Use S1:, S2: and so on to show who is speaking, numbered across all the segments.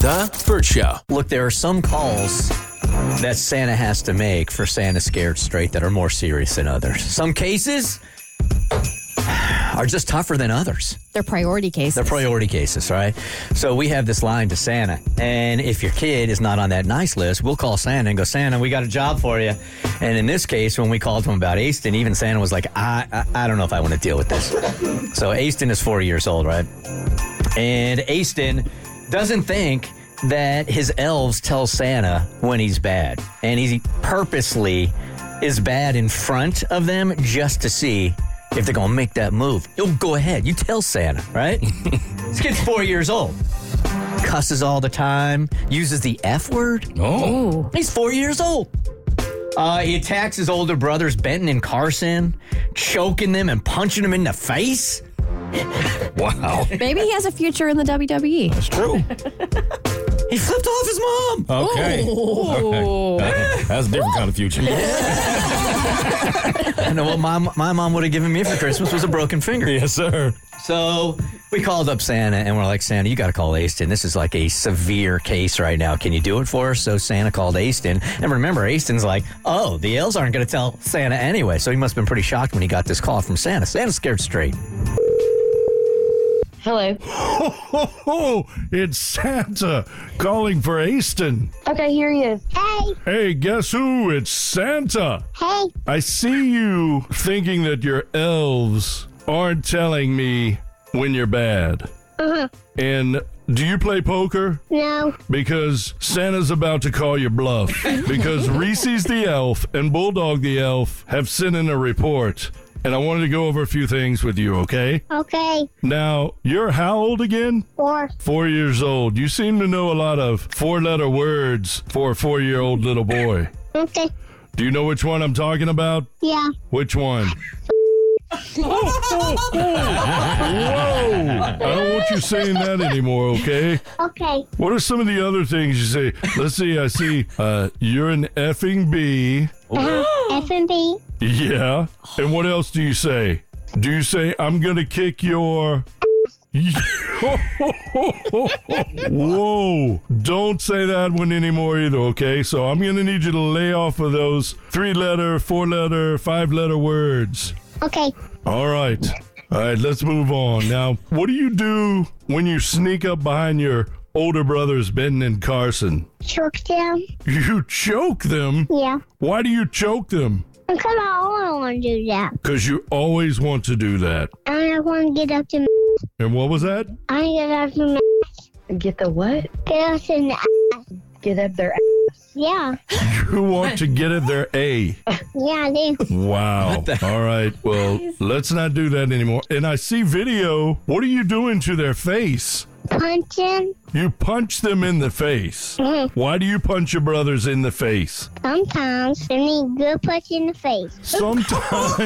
S1: The Burt Show.
S2: Look, there are some calls that Santa has to make for Santa Scared Straight that are more serious than others. Some cases are just tougher than others.
S3: They're priority cases.
S2: They're priority cases, right? So we have this line to Santa, and if your kid is not on that nice list, we'll call Santa and go, Santa, we got a job for you. And in this case, when we called him about Aston, even Santa was like, I, I, I don't know if I want to deal with this. so Aston is four years old, right? And Aston doesn't think that his elves tell Santa when he's bad, and he purposely is bad in front of them just to see if they're gonna make that move. You'll go ahead. You tell Santa, right? this kid's four years old. Cusses all the time. Uses the F word.
S1: Oh.
S2: He's four years old. Uh, he attacks his older brothers, Benton and Carson, choking them and punching them in the face.
S1: Wow.
S3: Maybe he has a future in the E. WWE.
S1: That's true.
S2: He flipped off his mom. Oh.
S1: Okay. okay. That- That's a different kind of future.
S2: I know what my, my mom would have given me for Christmas was a broken finger.
S1: yes, sir.
S2: So we called up Santa and we're like, Santa, you got to call Aston. This is like a severe case right now. Can you do it for us? So Santa called Aston. And remember, Aston's like, oh, the elves aren't going to tell Santa anyway. So he must have been pretty shocked when he got this call from Santa. Santa's scared straight.
S4: Hello.
S5: Oh, it's Santa calling for Aston.
S4: Okay, here he is.
S6: Hey,
S5: Hey, guess who? It's Santa.
S6: hey,
S5: I see you thinking that your elves aren't telling me when you're bad. And do you play poker?
S6: no,
S5: Because Santa's about to call your bluff. Because Reese's the elf and Bulldog the elf have sent in a report. And I wanted to go over a few things with you, okay?
S6: okay,
S5: Now, you're how old again?
S6: or
S5: Four years old. You seem to know a lot of four letter words for a four year old little boy.
S6: okay,
S5: Do you know which one I'm talking about?
S6: yeah,
S5: Which one? Whoa! I don't want you saying that anymore, okay?
S6: okay,
S5: What are some of the other things you say? Let's see, I see uh, you're an effing bee.
S4: Uh-huh.
S6: Uh-huh. F and B,
S5: Yeah. And what else do you say? Do you say, I'm going to kick your. Whoa. Don't say that one anymore either, okay? So I'm going to need you to lay off of those three letter, four letter, five letter words.
S6: okay,
S5: All right. All right, let's move on. Now, what do you do when you sneak up behind your older brothers, Ben and Carson?
S6: choke down,
S5: You choke them?
S6: yeah.
S5: Why do you choke them?
S6: Because I don't want to do that.
S5: Because you always want to do that.
S6: I don't want to get up to.
S5: And what was that?
S6: I get up to my.
S4: Get the what?
S6: Get up in the ass.
S4: Get up there.
S6: Yeah,
S5: Who want to get at their A?
S6: yeah, I do.
S5: Wow. All right. Well, let's not do that anymore. And I see video. What are you doing to their face?
S6: Punching
S5: You punch them in the face.
S6: Mhm.
S3: Mm-hmm.
S5: Why do you punch your brothers in the face?
S6: sometimes they need good punch in the face.
S5: Sometimes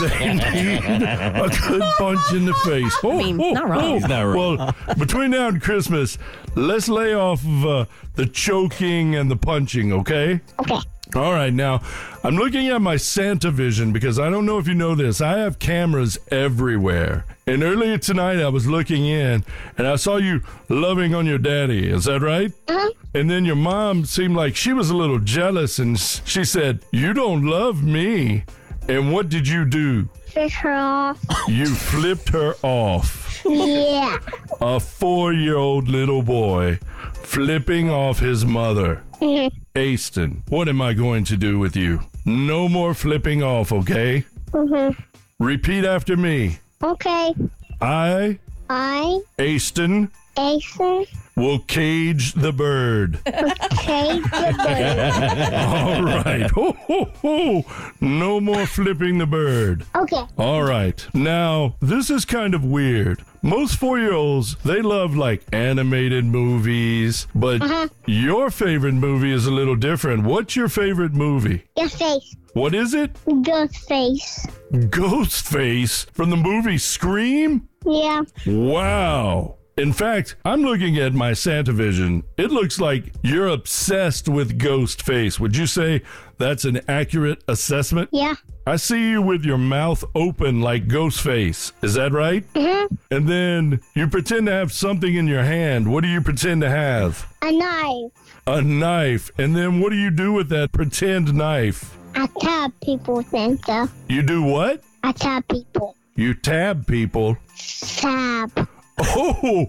S5: they need a good punch in the face. Oh,
S3: mean,
S5: oh,
S3: not wrong.
S5: oh.
S3: He's
S1: not wrong.
S5: Well, between now and Christmas, let's lay off of uh, the choking and the punching, okay?
S6: Okay,
S5: All right, now I'm looking at my Santa vision because I don't know if you know this. I have cameras everywhere. And earlier tonight, I was looking in and I saw you loving on your daddy. Is that right?
S6: uh-huh.
S5: And then your mom seemed like she was a little jealous and s- she said, You don't love me. And what did you do?
S6: Fish her off.
S5: You flipped her off.
S6: yeah.
S5: A four year old little boy flipping off his mother. Aston, what am I going to do with you? No more flipping off, okay?
S6: Mhm.
S5: Repeat after me.
S6: Okay.
S5: I,
S6: I,
S5: Aston,
S6: Jason,
S5: will cage the bird.
S6: Kate, the
S5: All right. Ho, ho, ho. No more flipping the bird.
S6: bird. Okay.
S5: All right. Now, this is kind of weird. Most four year olds, they love like animated movies, but your favorite movie is a little different. What's your favorite movie?
S6: Your face.
S5: What is it?
S6: Good face.
S5: Ghostface from the movie Scream?
S6: Yeah.
S5: Wow. In fact, I'm looking at my Santa Vision. It looks like you're obsessed with Ghostface. Would you say that's an accurate assessment?
S6: Yeah.
S5: I see you with your mouth open like Ghostface. Is that right?
S6: Mm-hmm.
S5: And then you pretend to have something in your hand. What do you pretend to have?
S6: A knife.
S5: A knife. And then what do you do with that pretend knife?
S6: I tap people, Santa.
S5: You do what?
S6: I tap people.
S5: You tab people.
S6: Stab.
S5: Oh,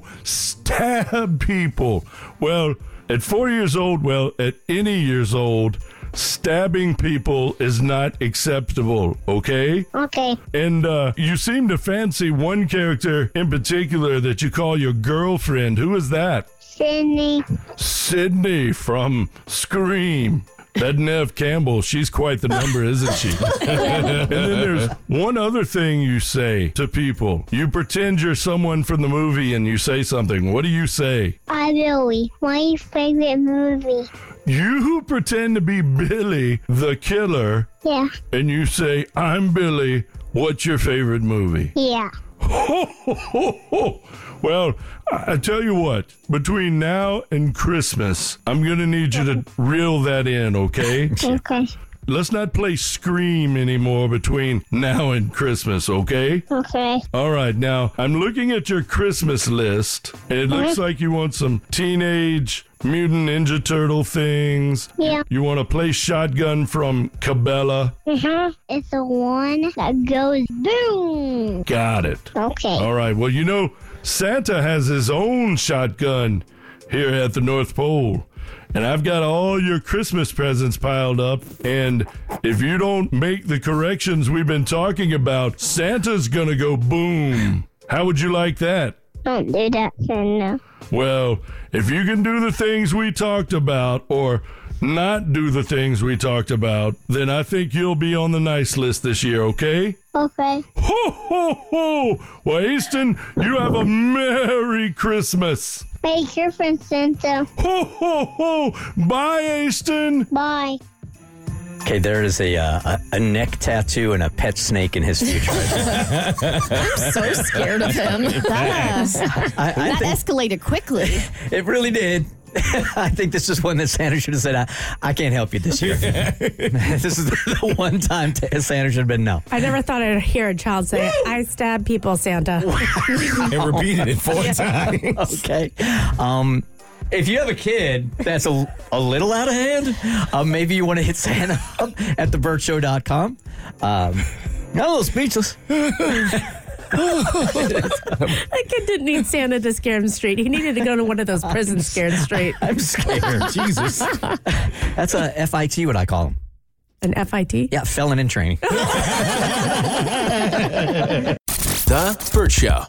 S5: stab people. Well, at four years old, well, at any years old, stabbing people is not acceptable, okay?
S6: Okay.
S5: And uh, you seem to fancy one character in particular that you call your girlfriend. Who is that?
S6: Sydney.
S5: Sydney from Scream. That Nev Campbell, she's quite the number, isn't she? and then there's one other thing you say to people. You pretend you're someone from the movie and you say something. What do you say?
S6: I Billy. What's your favorite movie?
S5: You pretend to be Billy the killer
S6: Yeah.
S5: and you say, I'm Billy. What's your favorite movie?
S6: Yeah.
S5: Ho, ho, ho, ho. Well, I I tell you what, between now and Christmas, I'm going to need you to reel that in, okay?
S6: Okay.
S5: Let's not play Scream anymore between now and Christmas, okay?
S6: Okay.
S5: All right, now I'm looking at your Christmas list. and It looks like you want some Teenage Mutant Ninja Turtle things.
S6: Yeah.
S5: You want to play Shotgun from Cabela.
S6: Mm-hmm. It's the one that goes boom.
S5: Got it.
S6: Okay.
S5: All right. Well, you know, Santa has his own shotgun here at the North Pole. And I've got all your Christmas presents piled up. And if you don't make the corrections we've been talking about, Santa's going to go boom. How would you like that?
S6: Don't do that, Santa.
S5: Well, if you can do the things we talked about or not do the things we talked about, then I think you'll be on the nice list this year, okay?
S6: Okay.
S5: Ho, ho, ho! Well, Easton, you have a Merry Christmas.
S6: Make your friend Santa.
S5: Ho, ho, ho! Bye, Easton!
S6: Bye.
S2: Okay, there is a, uh, a a neck tattoo and a pet snake in his future.
S3: So scared of him. That,
S2: I, I
S3: that
S2: think
S3: escalated quickly.
S2: it really did. I think this is one that Santa should have said, I, I can't help you this year. this is the one time t- Santa should have been no.
S7: I never thought I'd hear a child say, I stab people, Santa.
S1: and repeated it four times.
S2: Okay. Um, if you have a kid that's a, a little out of hand, uh, maybe you want to hit Santa up at thebertshow.com. Um, I'm a little speechless.
S7: That kid didn't need Santa to scare him straight. He needed to go to one of those prisons scared straight.
S2: I'm scared.
S1: Jesus.
S2: That's a FIT, what I call him.
S7: An FIT?
S2: Yeah, felon in training.
S1: The Burt Show.